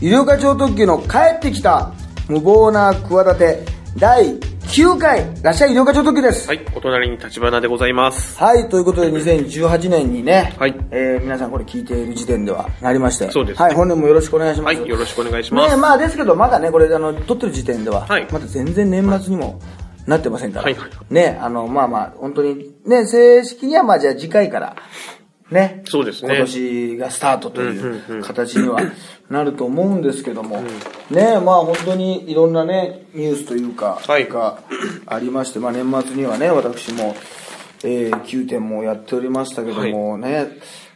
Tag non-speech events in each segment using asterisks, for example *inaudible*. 医療課長特急の帰ってきた無謀な企て第9回らっしゃい医療課長特急ですはい、お隣に立花でございます。はい、ということで2018年にね、はいえー皆さんこれ聞いている時点ではなりまして、そうですねはい、本年もよろしくお願いしまはす。い、よろしくお願いしまねす。まあですけど、まだね、これ、あの、撮ってる時点では、はいまだ全然年末にもなってませんから、はいはいね、あの、まあまあ、本当に、ね、正式には、まあじゃあ次回から、ね、そうですね今年がスタートとうんうんいううん形に *laughs* はなると思うんですけども、ね、まあ本当にいろんなね、ニュースというか、はいがありまして、まあ年末にはね、私も、えー、9点もやっておりましたけどもね、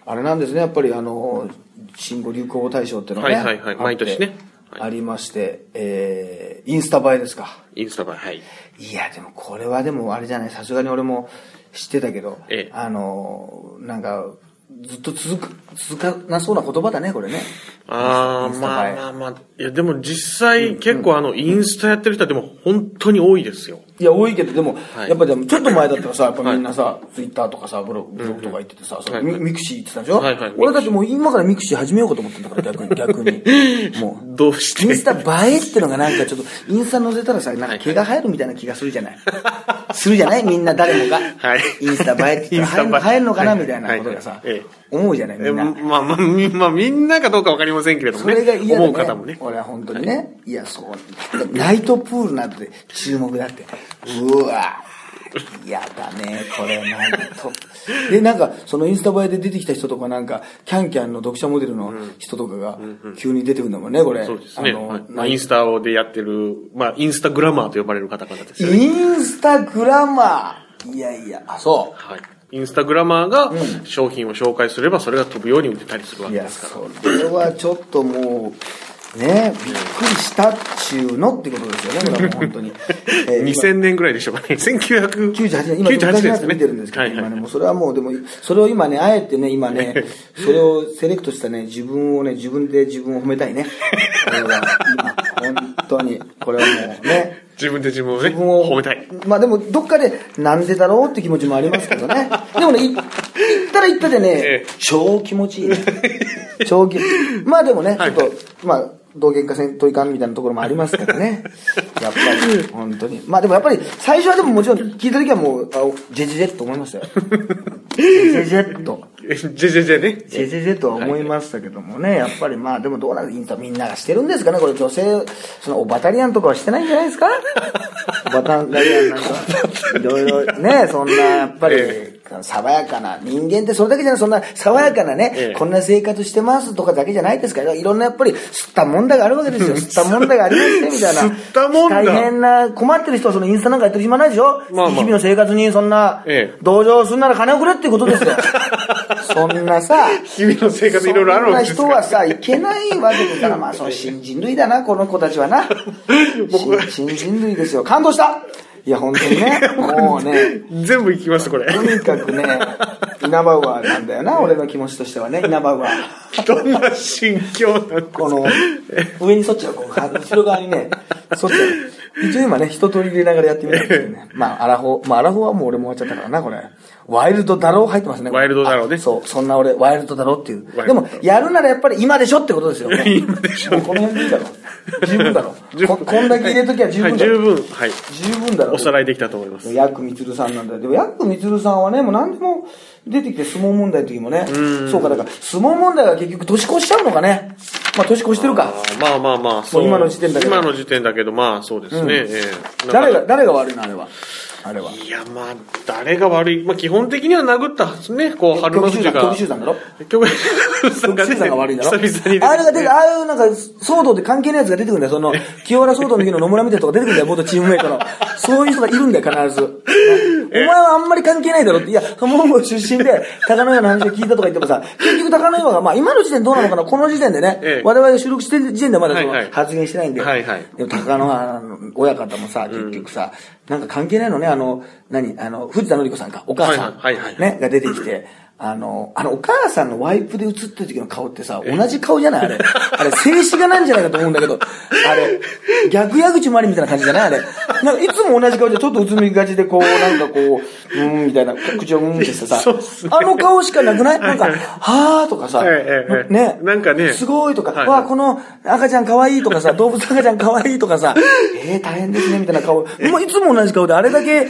あれなんですね、やっぱりあの、新語・流行語大賞っていうのがね、はいはいあはいって毎年ねはいありまして、えー、インスタ映えですか。インスタ映え、はい。いや、でもこれはでもあれじゃない、さすがに俺も知ってたけど、ええあのー、なんか、ずっと続く、続かなそうな言葉だね、これね。あインー、スタ映まあえまあまあ。いや、でも実際結構あの、インスタやってる人はでも本当に多いですよ。いや、多いけど、でも、はいやっぱでも、ちょっと前だったらさ、やっぱみんなさ、ツイッターとかさ、ブログブログとか行っててさ、それはいはいミミクシー行ってたでしょ、はいはい俺だってもう今からミクシー始めようかと思ってんだから、 *laughs* 逆に、逆に。もう。どうしインスてタ映えってのがなんかちょっと、インスタ載せたらさ、なんか毛が生えるみたいな気がするじゃないするじゃないみんな誰もが。はいインスタ映えって言ったら生えインスタ映え生えるのかなみたいなことがはさいはいはいえ、思うじゃないみえんまな。あまあ、みまあみんなかどうかわかりませんけれどもそね。れが嫌だ、ね、思う方もね。俺は本当にね。い、や、そう。ナイトプールなんて注目だって。うわ嫌だね、これ、ナイト。 *laughs* で、なんか、そのインスタ映えで出てきた人とか、なんか、キャンキャンの読者モデルの人とかが、急に出てくるんだもんね、これ。そうですね。あのはいまあ、インスタでやってる、まあ、インスタグラマーと呼ばれる方々ですよね。インスタグラマーいやいや、あ、そはい。インスタグラマーが商品を紹介すればそれが飛ぶように売ってたりするわう。いけや、ですから。それはちょっともう、ね、びっくりしたっちゅうのってことですよね、これはもう本当 *laughs* に。えー2000年ぐらいでしょうかね。1998 98年、年。今、 98昔年のでやすつね。見てるんですけど、はいはい今ね、もうそれはもう、でも、それを今ね、あえてね、今 *laughs* ね、それをセレクトしたね、自分をね、自分で自分を褒めたいね。これは、今、本当に、これはもうね、自分で自分をね、自分を褒めたい。。まあでも、どっかで、なんでだろうって気持ちもありますけど *laughs* ね。でもね、い行ったら行ったでねええ、超気持 *laughs* ちいいね。超気持ちいい。まあでもね、ちょはっいと、まあ、道元化せんといかんみたいなところもありますから *laughs* ね。やっぱり、本当に。まあでもやっぱり、最初はでももちろん聞いた時はもう、あおジェジェジェと思いま *laughs* したよ。ジェジェジェっと。えジェジェジェね。ジェジェジェとは思いましたけどもね、やっぱりまあでもどうなるインスタみんながしてるんですかね、これ女性、そのオバタリアンとかはしてないんじゃない *laughs* ですかオバタリアンなんか、いろいろね、そんなやっぱりえ、爽やかな、人間ってそれだけじゃない、そんな爽やかなね、ええこんな生活してますとかだけじゃないですから、いろんなやっぱり吸ったもんだがあるわけですよ、吸ったもんだがありましてみたいな。吸ったもんだ大変な、困ってる人はそのインスタなんかやってる暇ないでしょ、まあまあ日々の生活にそんなええ、同情するなら金をくれっていうことです *laughs* よ。そんなさ、日々の生活いろいろあるわけですそかんな人はら。さ、いけないわけだから、まあ、その新人類だな、この子たちはな。僕は新新人類ですよ。感動したいや、本当にね、もうね、全部いきます、これ。とにかくね、イナバウアーなんだよな、俺の気持ちとしてはね、イナバウアー。 *laughs* どんな心境なんですかこの、上にそっちゃう、こう後ろ側にね、そっちゃう。一応今ね、一通り入れながらやってみたんですけどね。まあ、アラフォー、まあ、アラフォーはもう俺も終わっちゃったからな、これ。ワイルドだろう入ってますね。これワイルドだろうねあそう、そんな俺、ワイルドだろうっていう。ワでイルドだろもう、やるならやっぱり今でしょってことですよね。今でしょもうこの辺でいいだろう。十分だろう。 *laughs* 十こ分こんだけ入れときは十はい、分だ十ろう。分、はい。十分だろう。おさらいできたと思います。ヤクミツルさんなんだよでもヤクミツルさんはね、もう何でも出てきて相撲問題の時もね。そうか、だから相撲問題が結局年越しちゃうのかね。まあ年越してるかあ。ーまあまあまあ、そう。今の時点だけど今の時点だけど、まあそうですね。ええ誰が、誰が悪いのあれは。あれは。いや、まあ、誰が悪い。まあ基本的には殴ったですね。こう、春曲馬富集士団、が曲。集団だろ曲集団曲集団が悪いんだろ久々にあれが *laughs* 出て、た。ああいうなんか騒動で関係ないやつが出てくるんだよ。そ *laughs* の、清原騒動の時の野村みたいなとか出てくるんだよ、元チームメイトの。そういう人がいるんだよ、必ず。 *laughs* お前はあんまり関係ないだろって。いや、モンゴル出身で、高野岩の話を聞いたとか言ってもさ、 *laughs* 結局高野岩が、まあ今の時点どうなのかな、この時点でえねえ、我々が収録してる時点でまだそのはいはい発言してないんで。はいはいでも高野川の親方もさ、結局さ、なんか関係ないのね、あの、何、あの、藤田紀子さんか、お母さん、はいはいはいはいね、が出てきて、あの、あの、お母さんのワイプで映ってる時の顔ってさ、同じ顔じゃないあれ。あれ、静止画なんじゃないかと思うんだけど、あれ、逆矢口まりみたいな感じじゃないあれ。なんかいつも同じ顔でちょっとうつむきがちで、こう、なんかこう、うーん、みたいな、口をうーんってしてさ、 *laughs* そうっすねあの顔しかなくないなんか、はーとかさ、はいはいはいね。なんかねすごいとか、はいはいわあ、この赤ちゃん可愛いとか *laughs* さ、動物赤ちゃん可愛いとかさ、えー、大変ですね、みたいな顔。もういつも同じ顔で、あれだけ、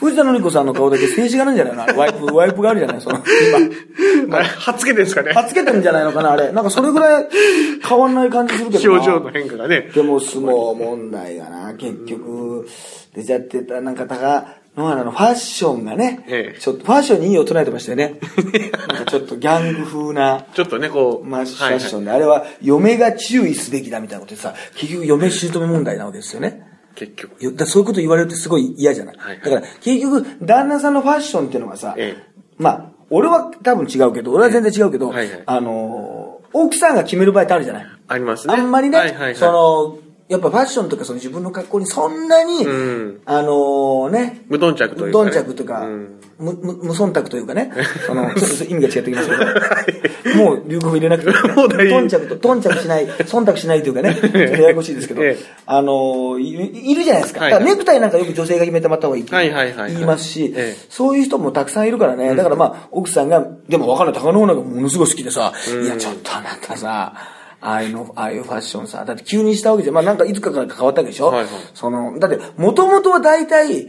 藤田のり子さんの顔だけ静止画なんじゃないのあれワイプ、ワイプがあるじゃないその、あれ、はっつけてるんですかね今。はっつけてるんじゃないのかなあれ。なんかそれぐらい変わんない感じするけ表どな。情の変化がね。でも相撲問題がな、結局、出ちゃってた、なんか高野原のファッションがね、ええちょっとファッションにいいを唱えてましたよ *laughs* ね。なんかちょっとギャング風な。ちょっとね、こう。まあ、フはいァッションで、あれは嫁が注意すべきだみたいなことでさ、結局嫁姑問題なわけですよね。結局。よだからそういうこと言われるってすごい嫌じゃない。はいだから結局、旦那さんのファッションっていうのがさ、えまあ、俺は多分違うけど、俺は全然違うけど、ええはいはいあのー奥さんが決める場合ってあるじゃない。ありますね。あんまりね、はいはいはい。その、やっぱファッションとかその自分の格好にそんなに、うんあのーね、無頓着というか無頓ね着とか、うん無無無忖度というか *laughs* ね、その、ちょっと意味が違ってきますけど、もう流行語入れなくていいね、 *laughs* もう大丈夫無頓着と、頓着しない、忖度しないというか *laughs* ね、ちょっとややこしいですけど、ええあのーい、いるじゃないですか。だはいかはいらネクタイなんかよく女性が決めてもらった方がいいってはいはいはいはい言いますしええ、そういう人もたくさんいるからね、だからまあ、奥さんが、でもわかんない、高野花がものすごい好きでさ、いや、ちょっとあなたさ、ああいうの、ああいうファッションさ、だって急にしたわけじゃん。まあなんかいつかから変わったわけでしょはいはいその、だって、もともとは大体、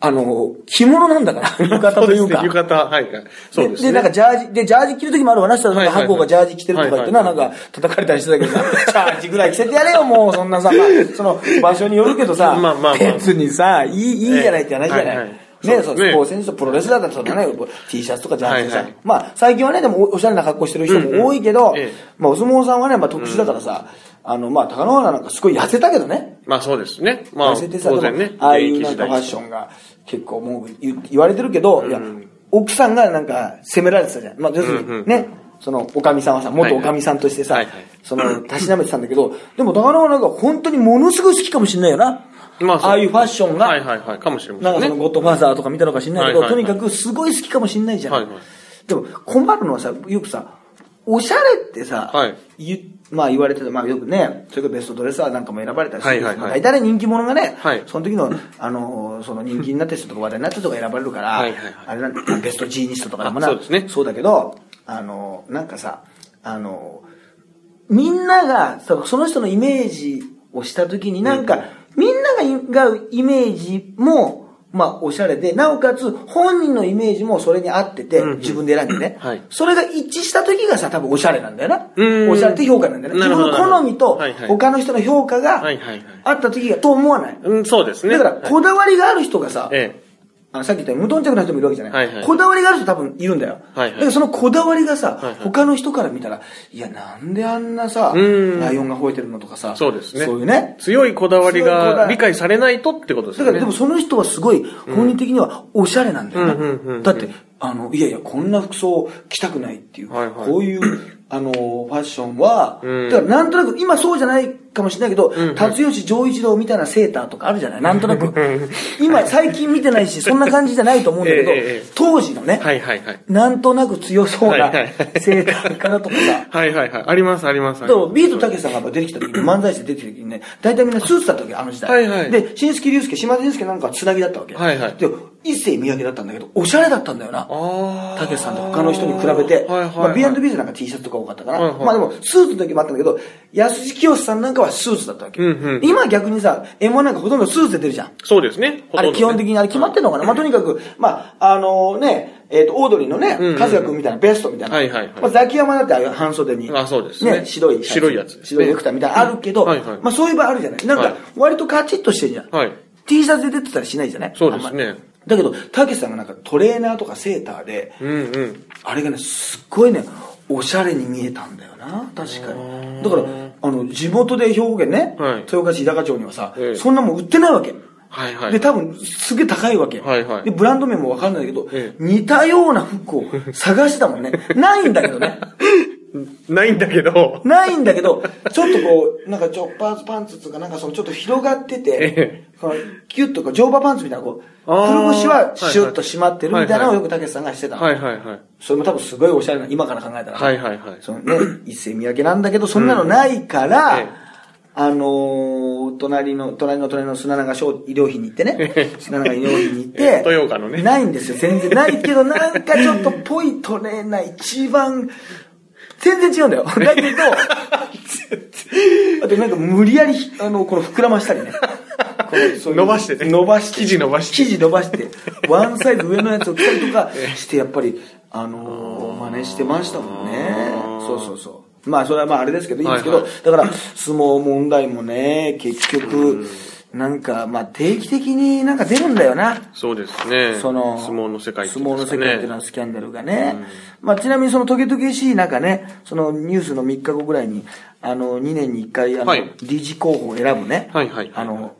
あの、着物なんだから、浴衣というか。そうですね浴衣、はいはい。そうですね。なんかジャージ、で、ジャージ着る時もあるわな、したら、なんかはいはいはい白鵬がジャージ着てるとか言ってな、はいなはんいはいか叩かれたりしてたけどさ、ジ *laughs* ャージぐらい着せてやれよ、もう、そんなさ、まあその、場所によるけどさまあまあまあ、別にさ、いい、いいじゃないって話じゃええなはいはいい。ね、そそうう、ですスねポーツ選手とプロレスラーだったらね、T シャツとかジャージではさいはい、まあ、最近はね、でもおおしゃれな格好してる人も多いけどうんうんええ、まあ、お相撲さんはね、まあ、特殊だからさ、あの、まあ、高野花なんかすごい痩せたけどね。まあそうですね。まあ、痩せてさ、当然でねも。ああいうなん現役時か代ファッションが結構もう言言われてるけど、いや、奥さんがなんか責められてたじゃん。まあ、要するうんうんうにんね、その、おかみさんはさ、元おかみさんとしてさ、はいはいはいその、たしなめてたんだけど、でも、高野はなんか本当にものすごい好きかもしれないよな。まあそうああいうファッションが、はいはいはい。かもしれなまんかせそのんね。ゴッドファーザーとか見たのか知んないけど、はいはいはいとにかくすごい好きかもしんないじゃん。はいはいでも困るのはさ、よくさ、おしゃれってさ、はい言まあ言われてた、まあよくね、それからベストドレスサーなんかも選ばれたりするけど、はいはいはいまあ大体ね人気者がね、はいその時の、あのーその人気になった人とか話題になった人が選ばれるから、はいはいはいあれなんだベストジーニストとかでもな、あそうですねそうだけど、あのーなんかさ、あのーみんなが、そのその人のイメージをしたときになんか、みんながいがイメージも、まあ、おしゃれで、なおかつ、本人のイメージもそれに合っててうんう、ん自分で選んでねはい。それが一致した時がさ、多分おしゃれなんだようんな。おしゃれって評価なんだよな。な自るほ分どの好みとはいは、い他の人の評価がはいはいはい合った時が、と思わない。うん、そうですね。だから、はいこだわりがある人がさ、えあのさっき言ったように無頓着な人もいるわけじゃない。はいはいこだわりがある人多分いるんだよ。はいはいだからそのこだわりがさ、はいはい他の人から見たら、いや、なんであんなさ、うんライオンが吠えてるのとかさ、そうですねそういうねえ。。強いこだわり強いこだわがり理解されないとってことですだよかね。らでもその人はすごい、本人的にはおしゃれなんだようんうんうんうね。んだって、あの、いやいや、こんな服装着たくないっていう、はいはいこういう、あの、ファッションは、うんだからなんとなく、今そうじゃないかもしれないけど、辰吉丈一郎みたいなセーターとかあるじゃないなんとなく。今、最近見てないし、そんな感じじゃないと思うんだけど *laughs* ええええ、当時のね、はいはいはい。なんとなく強そうなはいはいセーターかなとかさ。はいはいはい。ありますあります。あでりますも、ビートたけしさんがやっぱ出てき *clears throat* た時に、漫才師で出てきた時にね、大体みんなスーツだったわけ、あの時代。はいはいで、新助竜介、島田竜介なんかはつなぎだったわけ。はいはいで、一世三宅だったんだけど、おしゃれだったんだよな。あーたけしさんと他の人に比べて、はいはいはいまあ、B&B でなんか T シャツとか多かったから、はいはいまあでも、スーツの時もあったんだけど、安地清さんなんかはスーツだったわけ。うんうん今は逆にさ、M1 なんかほとんどスーツで出るじゃん。そうですね。ほあとれんどね基本的にあれ決まってんのかな、まあとにかく、まあ、あのね、えっ、と、オードリーのね、んうん春日君みたいなベストみたいな。はいはいはいまあ、ザキヤマだってああいう半袖に。あそうですね白いシャツ。白いやつですね白いネクタイみたいなのあるけど、うんはいはいまあそういう場合あるじゃない。なんはかい、割とカチッとしてるじゃん。はい。 T シャツで出てたりしないじゃないそうですねあんまりだけど、たけしさんがなんかトレーナーとかセーターで、うんうん。あれがね、すっごいね、おしゃれに見えたんだよな、確かに。だから、あの、地元で兵庫県ね、はい豊岡市日高町にはさ、ええそんなもん売ってないわけ。はいはい。で、多分、すげえ高いわけ。はいはいで、ブランド名もわかんないけど、ええ *laughs* 似たような服を探してたもんね。ないんだけどね。ないんだけど、ないんだけど、ちょっとこう、なんかジョッパーズパンツとか、なんかそのちょっと広がっててえ、このキュッとこう、乗馬パンツみたいな、こう、あー黒腰はシュッと締まってるみたいなのをよくたけしさんがしてたの。はいはいはい。それも多分すごいおしゃれな、今から考えたら。はいはいはい。そのね、 *clears throat* 一世三宅なんだけど、そんなのないから、ええあのー隣の、隣の隣の砂永商医療費に行ってね、砂永医療費に行っええて、 *laughs* 豊岡のねないんですよ、全然。ないけど、なんかちょっとぽいトレーナー、一番、全然違うんだ *laughs* よ。だけど、あとなんか無理やり、あの、この膨らま *laughs* したりね。このそういう伸ばしてね伸ばして。生地伸ばして生地伸ば *laughs* して、ワンサイズ上のやつを着たりとかして、やっぱり、あのー真似してましたもんね。そうそうそう。まあ、それはまああれですけど、いいんですけど、はいはだから、相撲問題もね、結局、なんか、まあ、定期的になんか出るんだよな。そうですね。その、相撲の世界ってい相撲うんのです世かね界っていうのはスキャンダルがね。まあ、ちなみにそのトゲトゲしい中ね、そのニュースの3日後ぐらいに、あの、2年に1回、あの、はい理事候補を選ぶね、はいはいはいあの、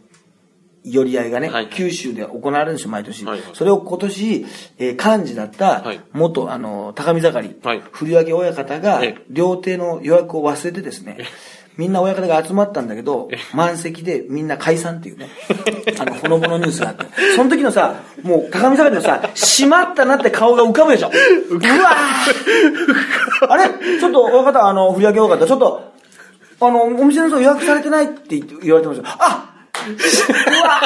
寄り合いがね、はい九州で行われるんですよ、毎年。はいはいそれを今年、えー幹事だったはい、元、あの、高見盛り、はい振り上げ親方がええ、料亭の予約を忘れてですね、みんな親方が集まったんだけど、満席でみんな解散っていうね、あの、ほのぼのニュースがあって。その時のさ、もう高見盛りのさ、閉まったなって顔が浮かぶでしょ。うわーあれちょっと親方、あの、振り上げ親方、ちょっと、あの、お店の人予約されてないって言って言われてました。あうわ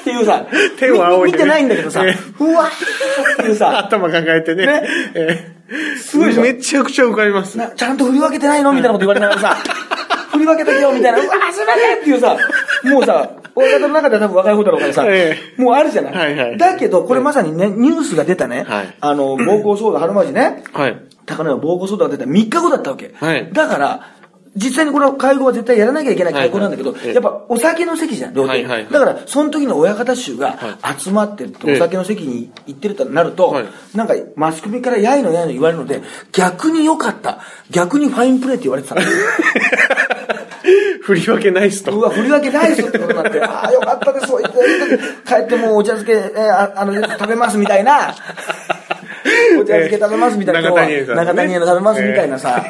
っていうさ、手を仰見いでねてないんだけどさ、うえわえっていうさ、頭抱えてね。ねええすごいでしょめちゃくちゃ浮かびます。なちゃんと振り分けてないのみたいなこと言われなが *laughs* らさ、振り分けてけよみたいな、うわー、すいませんっていうさ、もうさ、親方の中では多分若い方だろうからさ、えもうあるじゃない。はいはいだけど、これまさにね、ニュースが出たね、はいあの、暴行騒動、春まじね、はい。 *laughs* 高野が暴行騒動が出た3日後だったわけ。はいだから、実際にこれは会合は絶対やらなきゃいけない会合なんだけど、はいはいええやっぱお酒の席じゃん、両手、はいはいはいだから、その時の親方衆がは集まってると、ええお酒の席に行ってるとなると、はいなんかマスコミからやいのやいの言われるので、逆に良かった。逆にファインプレーって言わ *laughs* れてたの。振り分けないっすうと。わ、振り分けないぞってことになって、ああ、よかったです、そう言って帰ってもうお茶漬け、えーああの、食べますみたいな。お茶漬け食べますみたいな、えー今日は永谷園さんね永谷園の食べますみたいなさ、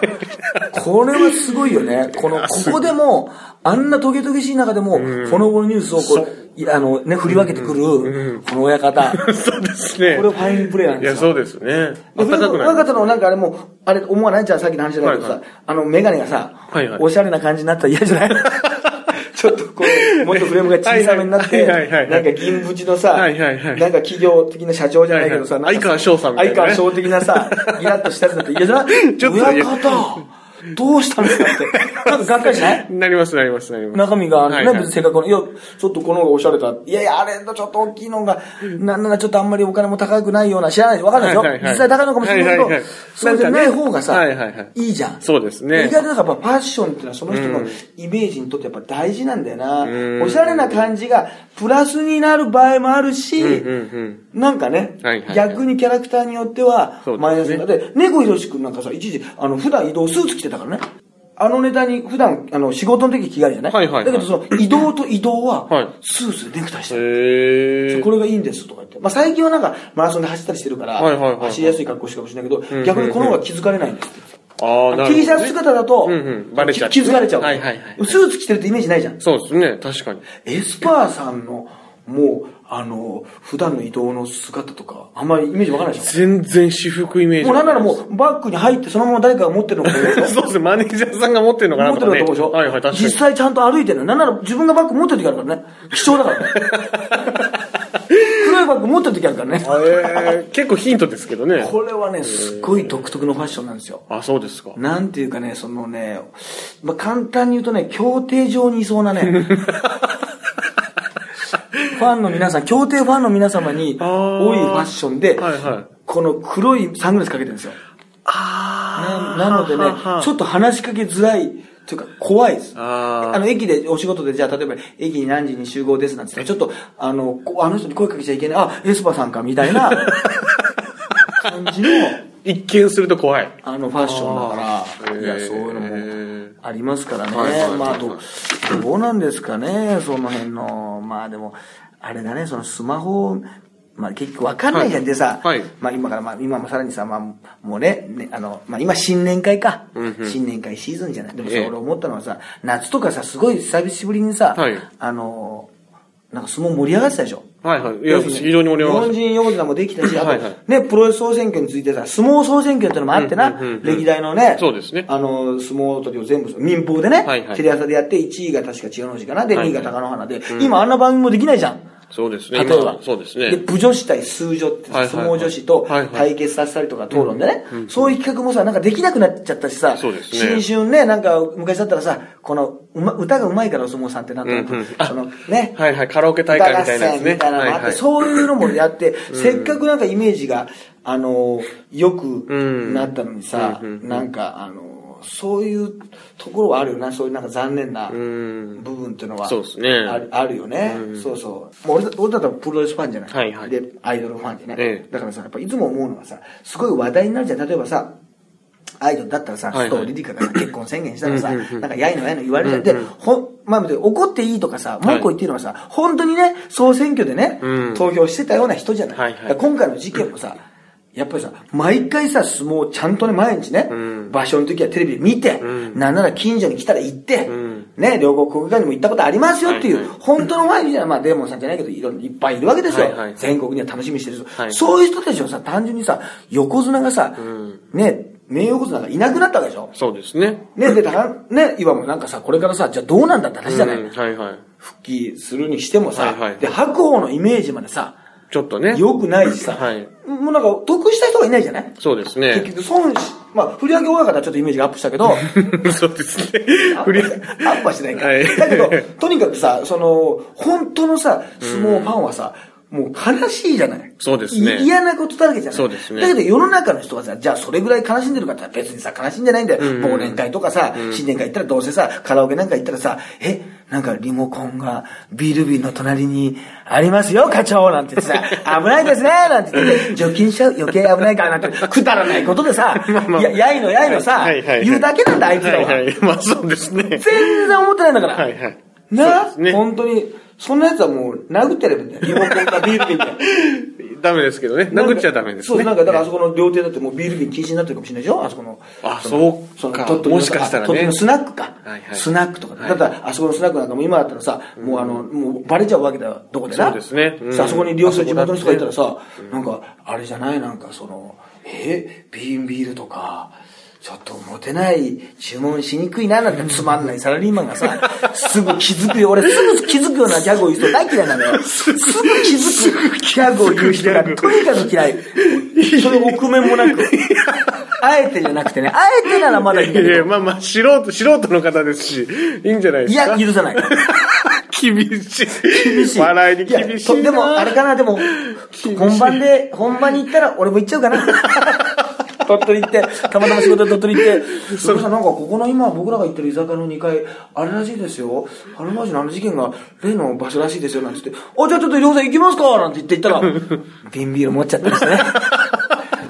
これはすごいよね。この、ここでも、あんなトゲトゲしい中でも、この後のニュースをこう、いあのね、振り分けてくる、この親方。こ *laughs* そうですね。れファインプレーなんいですや、よ。そうですね。で暖それかとくな若る。田のなんかあれも、あれ思わないじゃん、さっきの話じゃないけどさ、はいあの、メガネがさ、はいはいおしゃれな感じになったら嫌じゃない *laughs* ちょっとこう、もっとフレームが小さめになって、はいはいはいはいはいなんか銀縁のさ、はいはいはいなんか企業的な社長じゃないけどさ、はいなはいんか相川翔さんみたいなね相川翔的なさ、ギラッとしたやつだって嫌じゃな *laughs* ちょっとい嫌親方、どうしたんですか *laughs* って。なんかがっかりしないなります、なります、なります。中身が、ね、はいはい別に性格の、いや、ちょっとこの方がおしゃれだ。いやいや、あれのちょっと大きいのが、なんならちょっとあんまりお金も高くないような、知らないでわかんないですよ。はいはいはい実際高いのかもしれないけど、はいはいはいそうじゃない方がさ、なんいかねはいはいはいい、じゃん。そうですね意外となんかやっぱファッションっていうのはその人のイメージにとってやっぱ大事なんだよな。おしゃれな感じがプラスになる場合もあるし、うんうんなんかね、はいはいはい逆にキャラクターによってはそうですねマイナスになるで、猫ひろしくんなんかさ、一時、あの、普段移動スーツ着てたからね。あのネタに普段、あの、仕事の時着替えるじゃないはいはいはいだけどその、移動と移動はいは、スーツでネクタイしてうん。る。へえ。これがいいんですとか言って。まあ最近はなんか、マラソンで走ったりしてるから、はいはいはい走りやすい格好してるかもしれないけど、逆にこの方が気づかれないんですって。ああ、なるほど、ね。 T シャツ姿だと、うんうんバレちゃう気づかれちゃう。はいはいはいスーツ着てるってイメージないじゃん。そうですね、確かに。エスパーさんの、もう、あの、普段の移動の姿とか、あんまりイメージわからないでしょ全然私服イメージ。もうなんならもうバッグに入ってそのまま誰かが持ってるのかと思うでしょ *laughs* そうですね、マネージャーさんが持ってるのかな持っとてか、るね。のと思うでしょはいはい、確か実に。際ちゃんと歩いてるの。なんなら自分がバッグ持ってる時あるからね。貴重だからね。 *laughs* 黒いバッグ持ってる時あるからね。えー、結構ヒントですけどね。これはね、すっごい独特のファッションなんですよ。あ、そうですか。なんていうかね、そのね、まあ、簡単に言うとね、協定上にいそうな *laughs* ね、ファンの皆さん、協定ファンの皆様にあー多いファッションで、はいはいこの黒いサングラスかけてるんですよ。あななのでね、ちょっと話しかけづらい、というか怖いです。あーあの、駅で、お仕事で、じゃあ、例えば、駅に何時に集合ですなんつって、ちょっと、あの、こあの人に声かけちゃいけない、あ、エスパーさんか、みたいな、 *laughs* 感じの、一見すると怖い。あの、ファッションだから、いーや、へーそういうのも、ありますからね。はいはいはいはいまあ、どどうなんですかね、その辺の、まあでも、あれだね、そのスマホをまあ結局わかんないじゃんでさ、はいまあ今からまあ今もさらにさ、まあもうね、ねあの、まあ今新年会か、うんうん新年会シーズンじゃない。でもさ、ええ俺思ったのはさ、夏とかさ、すごい久しぶりにさ、はいあの、なんか相撲盛り上がってたでしょ。はいはい。いや、非常に盛り上日本がりまし人横綱もできたし、あと、はいはいね、プロレス総選挙についてさ、相撲総選挙ってのもあってな、うんうんうんうん歴代のね、そうですねあの、相撲取りを全部、民放でね、はいはいテレ朝でやって、1位が確か千代の富士かな、で、はい2はい位が貴乃花で、今あんな番組もできないじゃん。た。そうですね。例え今ばは、そうですで、ね。部女子対数女ってはいはいはさ、い相撲女子とはいはい対決させたりとか討論でね、そういう企画もさ、なんかできなくなっちゃったしさ、そうです新ね春ね、なんか昔だったらさ、この、うま歌がうまいからお相撲さんってなんとなうんうんく、あそのね、はいはい。カラオケ大会みたいなやつね。みたいなのもあって、はいはい。そういうのもやって、せっかくなんかイメージが、あの、良くうんなったのにさ、うんうんなんか、あの、そういうところはあるよな、そういうなんか残念なう部ん。分っていうのは。そうですねあるあるよね。そうそう。もう俺だ俺だったらプロレスファンじゃない。はいはいで、アイドルファンじゃない。ええだからさ、やっぱいつも思うのはさ、すごい話題になるじゃん。例えばさ、アイドルだったらさ、はいはい須藤リリカがさ結婚宣言したらさ、うんなうんうんんかやいのやいの言われちゃって、ほん、まあ、怒っていいとかさ、もう一個言ってるのはさ、本当にね、総選挙でね、うん投票してたような人じゃない。はいはいだから今回の事件もさ、やっぱりさ、毎回さ、相撲をちゃんとね、毎日ね、うん場所の時はテレビで見て、うんなんなら近所に来たら行って、うんね、両国国技館にも行ったことありますよっていう、はいはい本当の前にじゃまあ、デーモンさんじゃないけど、いろんいっぱいいるわけですよ。はいはい全国には楽しみにしてる人、はいそういう人たちをさ、単純にさ、横綱がさ、んね、名横綱がいなくなったわけでしょ。そうですね。ね、で、だから、ね、今もなんかさ、これからさ、じゃあどうなんだって話じゃない、うんはいはい。復帰するにしてもさ、はいはいで、白鵬のイメージまでさ、ちょっとね。良くないしさ、はいもうなんか、得した人がいないじゃないそうで結すね。局、損し、まあ、振り上げ親方はちょっとイメージがアップしたけ *laughs* ど、そうですね。 *laughs* アッ振プりアップはしないかはら。いだけど、とにかくさ、その、本当のさ、相撲ファンはさ、もう悲しいじゃないそうですねい嫌なことだらけじゃないそうですねだけど世の中の人はさ、じゃあそれぐらい悲しんでるかって言ったら別にさ、悲しんでないんだよ。うんうん忘年会とかさ、新年会行ったらどうせさ、カラオケなんか行ったらさ、え、なんかリモコンがビール瓶の隣にありますよ、課長なんてさ、 *laughs* 危ないですねなんて言って、除菌しちゃう余計危ないからなんて、くだらないことでさ、 *laughs* まあまあややいのやいのさ、 *laughs* はいはいはい言うだけなんだ、あいつらは。はいはい。まあそうですね。全然思ってないんだから。はいはいな、そうですね本当に、そんな奴はもう殴ってやればいいんだよ。リモコンがビール瓶で。ダメですけどね。 *laughs* 殴っちゃダメですそう、ね。なんか、だからあそこの料亭だってもうビール瓶禁止になってるかもしれないでしょあそこの。あそうそのか鳥取のもしかしたらね鳥取のスナックか。はいはいスナックとか。はいだったら、あそこのスナックなんかも今だったらさ、もうあの、もうバレちゃうわけだよ、どこでな。そうですねうんさあそこに利用する地元の人がいたらあさ、なんか、あれじゃない、なんかその、え瓶ビールとか、ちょっと持てない、注文しにくいな、なんてつまんないサラリーマンがさ、すぐ気づくよ。俺すぐ気づくようなギャグを言う人大嫌いなのよ。 *laughs* すぐ気づくギャグを言う人がとにかく嫌い。そういう臆面もなく。あえてじゃなくてね、あえてならまだいいんいだやいけどや、まあまあ、素人、素人の方ですし、いいんじゃないでいすか。や、許さない。 *laughs* 厳しい。厳しい。笑いに厳しいなやとでも、あれかな、でも厳し、い本番で、本番に行ったら、俺も行っちゃうか *laughs* な。鳥取行って、たまたま仕事で鳥取行って、 *laughs* それさん、なんかここの今、僕らが行ってる居酒屋の2階、あれらしいですよ。春マジのあの事件が、例の場所らしいですよ、なんつって、あ、じゃあちょっと伊藤さん行きますかなんて言って行った *laughs* ら、瓶ビール持っちゃったりしてね。 *laughs*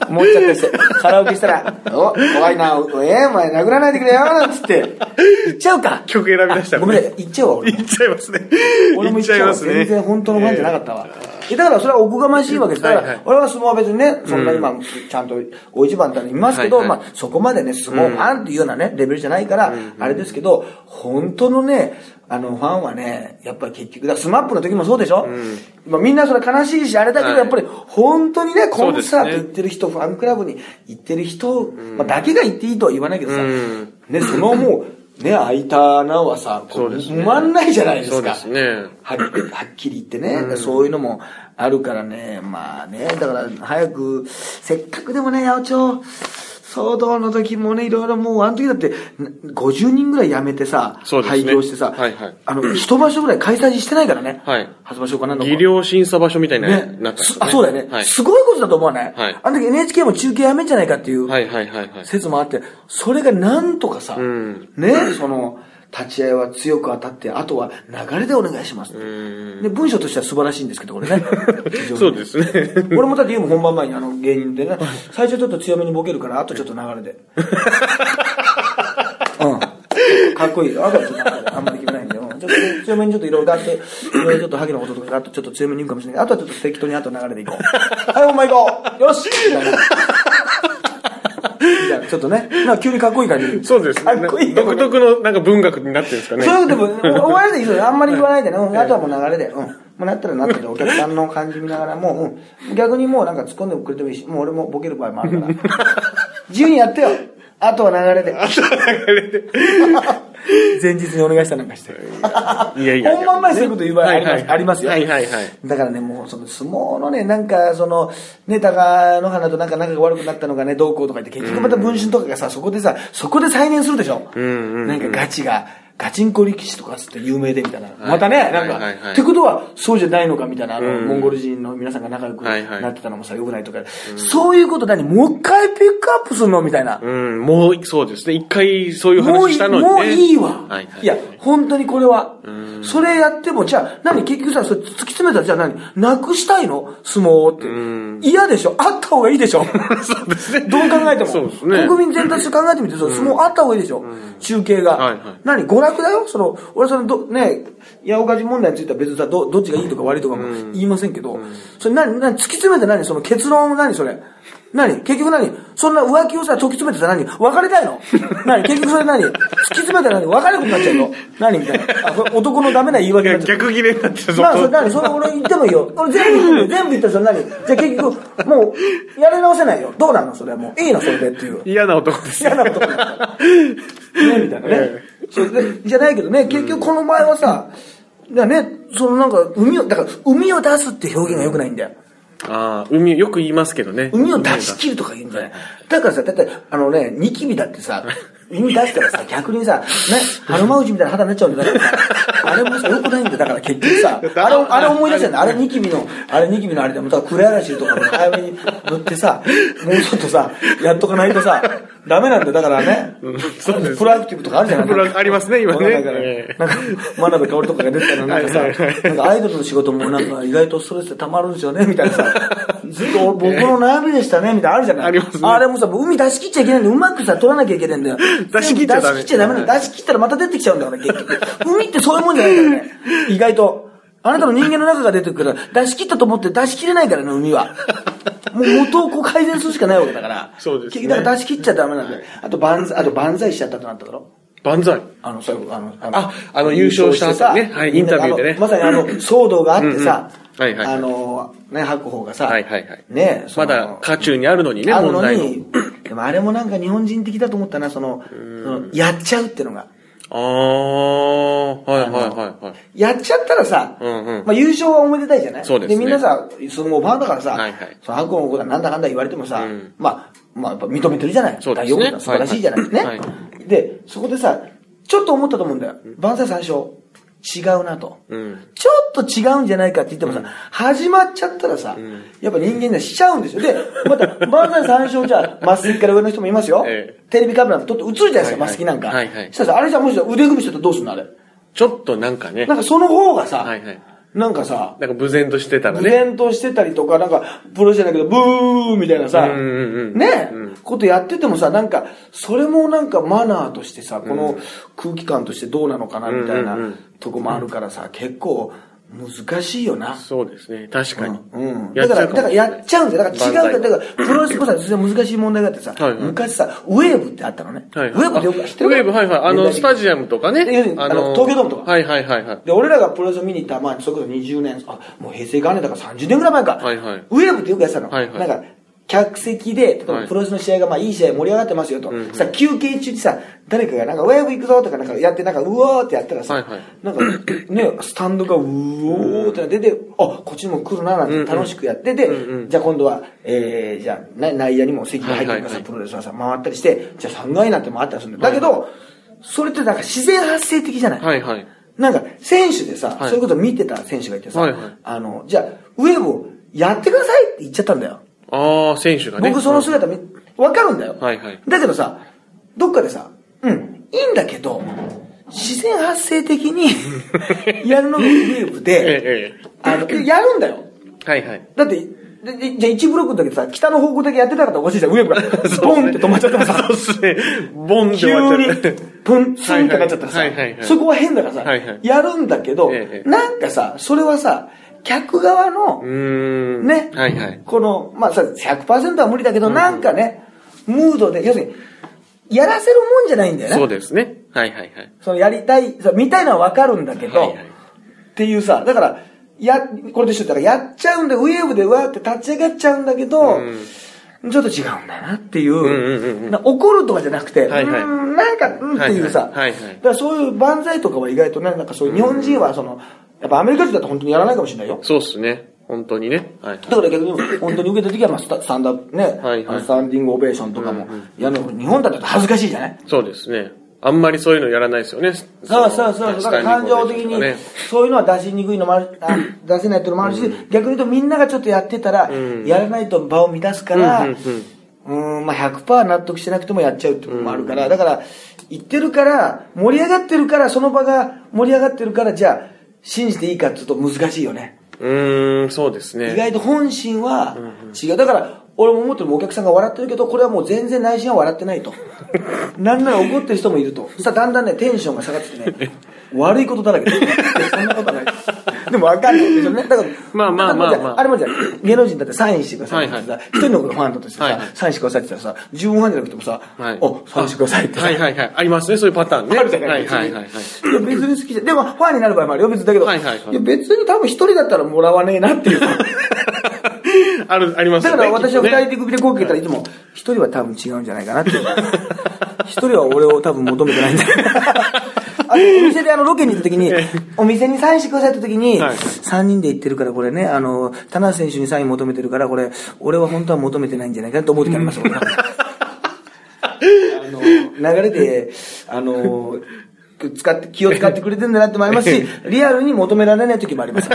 持っちゃったりして、カラオケしたら、お、怖いな、おえー、お前殴らないでくれよ、なんつって、行っちゃうか。曲選び出したあごめんね、行っちゃうわ、俺。いっちゃいますね。 *laughs* 俺も言いっちゃうわ全然本当のファンじゃなかったわ。えだからそれはおこがましいわけです。だかはいはらい、俺は相撲は別にね、そんな今、ちゃんと大一番って言いますけど、はいはまいあそこまでね、相撲ファンっていうようなね、レベルじゃないから、あれですけど、本当のね、あの、ファンはね、やっぱり結局、だからスマップの時もそうでしょまあみんなそれ悲しいし、あれだけど、はいやっぱり本当にね、コそうンですねサート行ってる人、ファンクラブに行ってる人、まあだけが行っていいとは言わないけどさ、うんね、そのもう、ね、空いた穴はさ、こうそうですね埋まんないじゃないですか。そうですね。はっはっきり言ってね、そういうのもあるからね、まあね、だから早く、せっかくでもね、八百長騒動の時もね、いろいろもう、あの時だって、な50人ぐらい辞めてさ、そうですね廃業してさ、はいはいあの、一場所ぐらい開催してないからね、はい初場所かなんだ技量審査場所みたいな、ねなったんですね、あ、そうだよね、はい。すごいことだと思わない、はいあの時 NHK も中継やめんじゃないかっていうはいはいはいはい。説もあって、それがなんとかさ、んね、その、立ち合いは強く当たって、あとは流れでお願いしますって。で、文章としては素晴らしいんですけど、これ *laughs* ね。非常にそうで *laughs* すね。俺もだって言うもん本番前にあの芸人でね、最初ちょっと強めにボケるから、あとちょっと流れ *laughs* で。うん。かっこいい。あとはちょっと流れであんまり決めないんで、うんちょっとちょっ強めにちょっといろいろあって、いろいろちょっとハゲのこととかあとちょっと強めに言うかもしれないけど、あとはちょっと適当にあと流れでいこう。はい、お前行こうよしみたいな。みたいなちょっとね、なんか急にかっこいい感じ。そうですかねっこいい。独特のなんか文学になってるんですかね。そういうでも、おお前でいいですよ。あんまり言わないでね。うんあとはもう流れで。うん。もうなったらなったで、お客さんの感じ見ながらもう、うん。逆にもうなんか突っ込んでくれてもいいし、もう俺もボケる場合もある *laughs* から。自由にやってよ。あとは流れで。前日にお願いしたなんかして。いやいやいや本番前そういうこと言う場合あります,、はいはいはいありますよ。はいはいはいだからね、もうその相撲のね、なんかその、ね、高野花となんか仲が悪くなったのがね、どうこうとか言って、結局また文春とかがさ、そこでさ、そこで再燃するでしょ。んうんうんなんかガチが、ガチンコ力士とかつって有名でみたいな。またね、なんか、はいはいはいってことはそうじゃないのかみたいな、あの、モンゴル人の皆さんが仲良くはいはいなってたのもさ、良くないとか、そういうこと何もう一回ピックアップするのみたいな。うん、もう、そうですね。一回そういうもう話いいしたのにね。もういいわ。はいはい。いや、本当にこれは。それやっても、じゃあ、何結局さ、それ突き詰めたら、じゃあ何なくしたいの相撲をって。嫌でしょあった方がいいでしょそうですね。どう考えても。そうですね。国民全体として考えてみて、そう相撲あった方がいいでしょ中継が。はいはい何娯楽だよその、俺その、ど、ね、八百勝問題については別にさ、ど、どっちがいいとか悪いとかも言いませんけど、それ何、何、突き詰めて何その結論何それ何結局何そんな浮気をさ、突き詰めてさ何別れたい *laughs* の何結局それ何突き詰めたら何別れなくなっちゃうの何みたいな。あ、これ男のダメな言い訳になっちゃう。逆切れになってたなあ、それ何それ俺言ってもいいよ。俺全部言ってもいいよ。全部言ったらそれ何じゃあ結局、もう、やり直せないよ。どうなのそれはもう。いいのそれでっていう。嫌な男です。嫌なことになった。ね、みたいなねえ。それでじゃないけどね、結局この前はさ、だからね、そのなんか、海を、だから、海を出すって表現が良くないんだよ。ああ、海、よく言いますけどね。海を出し切るとか言うんじゃない。だからさ、だって、あのね、ニキビだってさ、海出したら *laughs* さ、逆にさ、ね、春マウジみたいな肌になっちゃうんだよ。だからさあれもさ、良くないんだよ。だから結局さ、あれ、あれ思い出せんだ。あれニキビの、あれニキビのあれでも、だから暗やらしとかも早めに塗ってさ、もうちょっとさ、やっとかないとさ、ダメなんだよ。だからね、そうですプロアクティブとかあるじゃないプロありますね今ねわかんないからええなんか、真鍋薫とかが出てたのなんかはいはいさ、なんかアイドルの仕事もなんか意外とストレスで溜まるんですよね、みたいな *laughs* さ、ずっと僕の悩みでしたね、みたいなのあるじゃないありますねあれもさ、海出し切っちゃいけないんで、うまくさ、取らなきゃいけないんだよ。出し切っちゃダメ出し切っちゃダメなの出し切ったらまた出てきちゃうんだから、結局。海ってそういうもんじゃないからね。意外と。あなたの人間の中が出てくるから、出し切ったと思って出し切れないからね、海は。もう元をこう改善するしかないわけだから。そうですね結局だから出し切っちゃダメなんだよ。あと万歳、あと万歳しちゃったとなっただろ。万歳。あの、そういうことあの、あああの優勝した後ねはいみんなインタビューでねあのまさにあの、騒動があってさ、うんうんはいはいはいあの、ね、白鵬がさ、はいはいはい。ね、そまのだ、渦中にあるのにね、ある問の題の。に、でもあれもなんか日本人的だと思ったな、その、そのやっちゃうってのが。ああ、はいはいはいはい。やっちゃったらさ、うんうんまあ、優勝はおめでたいじゃないそうですねみんなさ、相撲ファンだからさ、はいはいその白鵬のことはなんだかんだ言われてもさ、うんまあ、まあ、やっぱ認めてるじゃないそうですね大丈夫だ素晴らしいじゃない、はいはいね、で、そこでさ、ちょっと思ったと思うんだよ。万歳三章、違うなと。うん。ちょっと違うんじゃないかって言ってもさ、始まっちゃったらさ、やっぱ人間にはしちゃうんですよ。で、また、万歳三章じゃ、 *laughs* マスキから上の人もいますよ。えテレビカメラ撮って映るじゃないですか、はいはマいスキなんか。はいはいそしたらさ、あれじゃもし腕組みしてたらどうすんのあれ。ちょっとなんかねな、んかその方がさ、はいはいなんかさ、なんか無然としてたらブね。レンとしてたりとか、なんか、プロじゃないけど、ブーみたいなさ、うんうんうんね、ことやっててもさ、なんか、それもなんかマナーとしてさ、この空気感としてどうなのかなみたいなうんうんうんとこもあるからさ、結構難しいよな。そうですね、確かに。うん、やだっちかゃら、だからうかもしれないやっちゃうんだよ。だから違うんだよ。万だから、プロレスポさ、全然難しい問題があってさ、はいはい昔さ、ウェーブってあったのね。はいウェーブってよく知ってるウェーブ、はいはい。あの、スタジジアムとかねで要する。にあの東京ドームとかはいはいはいはい。で、俺らがプロレスを見に行った、まあ、それこそ20年、あ、もう平成元年だから30年ぐらい前か。はいはいウェーブってよくやってたの。はいはいなんか、客席で、例えはばいプロレスの試合が、まあ、いい試合盛り上がってますよと。さ、休憩中にさ、誰かがなんか、ウェーブ行くぞとかなんかやって、なんか、うおーってやったらさ、はいはいなんか、ね、スタンドがうおーってなってで、あ、こっちにも来るななんて楽しくやってて、じゃあ今度は、えー、じゃあ、な内野にも席が入ってるからはいはいさ、はいプロレスはさ、回ったりして、じゃあ3階なんて回ったりするんだよ。だけど、それってなんか自然発生的じゃないはいはい。なんか、選手でさ、はいそういうこと見てた選手がいてさ、はいはいあの、じゃあ、ウェーブをやってくださいって言っちゃったんだよ。ああ、選手がね。僕その姿見、わかるんだよ、はいはいだけどさ、どっかでさ、うん、いいんだけど、自然発生的 *laughs* にやるのがウェーブええで、えあの、やるんだよ。え。はいはい。だって、ででじゃあ1ブロックだけさ、北 *laughs* の方向だけやってなかったらおかしいじゃん、ウェーブが。ボンって止まっちゃってもさ、そうですね。ボンで終急わっ *laughs* にちゃって。プン、スンってなっちゃったらさはいはいは、いそこは変だからさはいはい、やるんだけどえ、えなんかさ、それはさ、客側のう、ーん。ねはいはい。この、まあさ、100%は無理だけど、なんかね、ムードで、要するに、やらせるもんじゃないんだよそうね。ですね。はいはいはい。そのやりたい、そう見たいのはわかるんだけはいど、はいっていうさ、だから、や、これでしょ、だからやっちゃうんで、ウェーブでわーって立ち上がっちゃうんだけど、ちょっと違うんだなっていう、んうんうんな怒るとかじゃなくて、はいはいうーんなんか、うんっていうさ、はいはいはいはいだからそういう万歳とかは意外とね、なんかそういう日本人はその、やっぱアメリカ人だと本当にやらないかもしれないよ。そうっすね。本当にね。はい。だから逆に本当に受けた時はまあスタスタンダップね、はいはいあのスタンディングオベーションとかも、いやでも日本だと恥ずかしいじゃないそうですね。あんまりそういうのやらないですよね。そそうのそうそう。だスかタらンディ感ング情オベ的ーションにとかね、そういうのは出しにくいのもある、あ出せないっていうのもあるし、逆に言うとみんながちょっとやってたら、やらないと場を乱すから、ううんうんーん、まあ100%納得してなくてもやっちゃうっていうのもあるから、だから、言ってるから、盛り上がってるから、その場が盛り上がってるから、じゃあ、信じていいかっていうと難しいよね。うーん、そうです意ね。外と本心は違う。だから、俺も思ってるお客さんが笑ってるけど、これはもう全然内心は笑って *laughs* ないと。なんなら怒ってる人もいると。そしたらだんだんね、テンションが下がってきて *laughs* ね、悪いことだらけで。いやそんなことはないです。でも分かんないですよね。だから、まあまあまあまあだかられもじゃん芸能人だってサインしてくださいってはいさは、一人の子がファンだとしてはいさはい、サインしてくださいって言ったらさ、自分ファンじゃなくてもさ、はいお、サインしてくださいってさはいはいはい。ありますね、そういうパターンね。あるじゃなはいいですかはいはいはい。いや別に好きじゃ、でもファンになる場合もあるよ、別にだけど、はいはいはいや別に多分一人だったらもらわねえなって *laughs* いう。ある、ありますだよかね。ら私はき二っとね人で首でこうけたらいつも、一人は多分違うんじゃないか *laughs* なっていう。一人は俺を多分求めてないんだあのお店であのロケに行った時に、お店にサインしてくださいって時に、はい3人で行ってるからこれね、あの、田中選手にサイン求めてるからこれ、俺は本当は求めてないんじゃないかなと思う時あります、 *laughs* 俺はあの、流れで、あの、使って、気を使ってくれてんだなってもあります *laughs* し、リアルに求められない時もあります。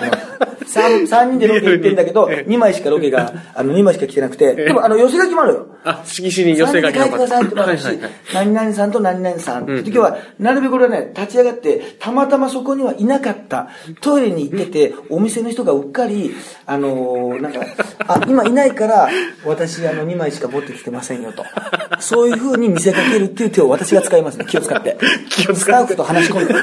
3, 三人でロケ行ってんだけど、リアルに2枚しかロケが、あの、2枚しか来てなくて、でも、あの、寄せ書きもあるよ。あ、色紙に寄せ書き書いてくださいってもあはるいしはいはい。、何々さんと何々さんって時は、なるべく俺はね、立ち上がって、たまたまそこにはいなかった、トイレに行ってて、お店の人がうっかり、あのーなんか、あ、今いないから、私、あの、2枚しか持ってきてませんよと。そういう風に見せかけるっていう手を私が使いますね、気を使って。 *laughs* 気を使ってスタッフと話し込んで。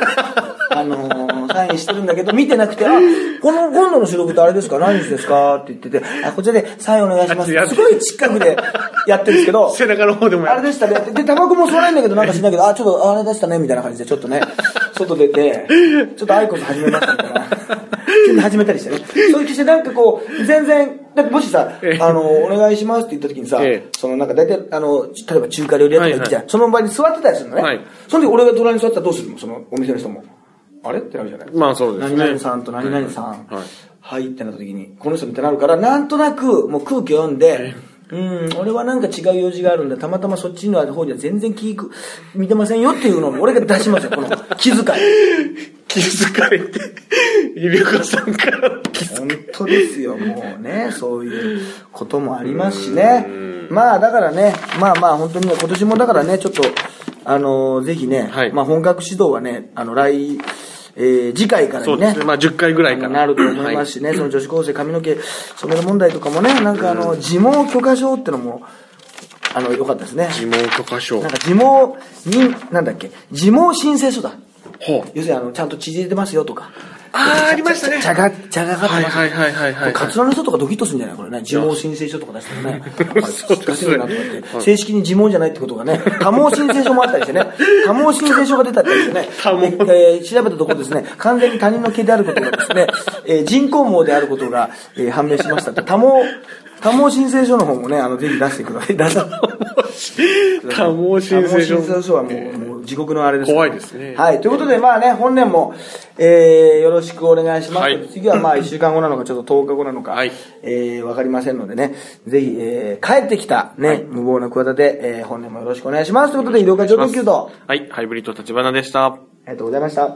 あのーサインしてるんだけど、見てなくて、あ、この、今度の収録ってあれですか何日ですかって言ってて、あ、こちらでサインお願いします。すごい近くでやってるんですけ *laughs* ど、背中の方でもやあれでしたね。で、タバコも吸わないんだけど、なんかしないけど、あ、ちょっと、あれでしたね、みたいな感じで、ちょっとね、外出 *laughs* て、ちょっとアイコス始めましたみたいな。急に始めたりしてね。そういう気して、なんかこう、全然、だってもしさ、ええあの、お願いしますって言った時にさええ、そのなんか大体、あの、例えば中華料理屋とか行くじゃはいはん。その場に座ってたりするのはいね。その時俺が隣に座ってたらどうするのそのお店の人も。あれってなるじゃないまあそうですね何々さんと何々さんはいはい。はいってなった時に、この人みたいになるから、なんとなくもう空気を読んで、うん、俺はなんか違う用事があるんだ、たまたまそっちの方には全然気く、見てませんよっていうのを俺が出しますよ、この気遣い。 *laughs* 気づかれて、指輪さんから気づ本当ですよ、もうね、そういうこともありますしね。まあだからね、まあまあ本当にね、今年もだからね、ちょっと、あのーぜひね、はいまあ本格指導はね、あの、来、えー次回からそうにでねすね。まあ10回ぐらいから。なると思いますしね、その女子高生髪の毛染める問題とかもね、なんかあの、自毛許可証ってのも、あの、良かったですね。はい。自毛許可証なん。か自毛に、なんだっけ、自毛申請書だ。ほう。要するにあの、ちゃんと縮れてますよとか。あーありましたねちゃが、ちゃがかってはいます。はいはいはいはい。カツラの人とかドキッとするんじゃないこれね。自毛申請書とか出した *laughs* らね。あれそう聞かせるなとかそうっでて。正式に自毛じゃないってことがね、多毛申請書もあったりしてね。多毛申請書が出たりしてね。多毛でえー調べたところですね、完全に他人の毛であることがですね、えー人工毛であることが、えー判明しましたと。多毛、多毛申請書の方もね、あの、ぜひ出してください。出さ多毛申請多毛申書。請書はもう、もう地獄のあれです怖いですねはい。ということで、まあね、本年も、えー、よろしくお願いします。はい次はまあ、1週間後なのか、ちょっと10日後なのか、はいえー、わかりませんのでね、ぜひ、えー、帰ってきた、ね、無謀な企て、えー、本年もよろしくお願いします。ということで、医療課長特急と、はい、ハイブリッド立花でした。ありがとうございました。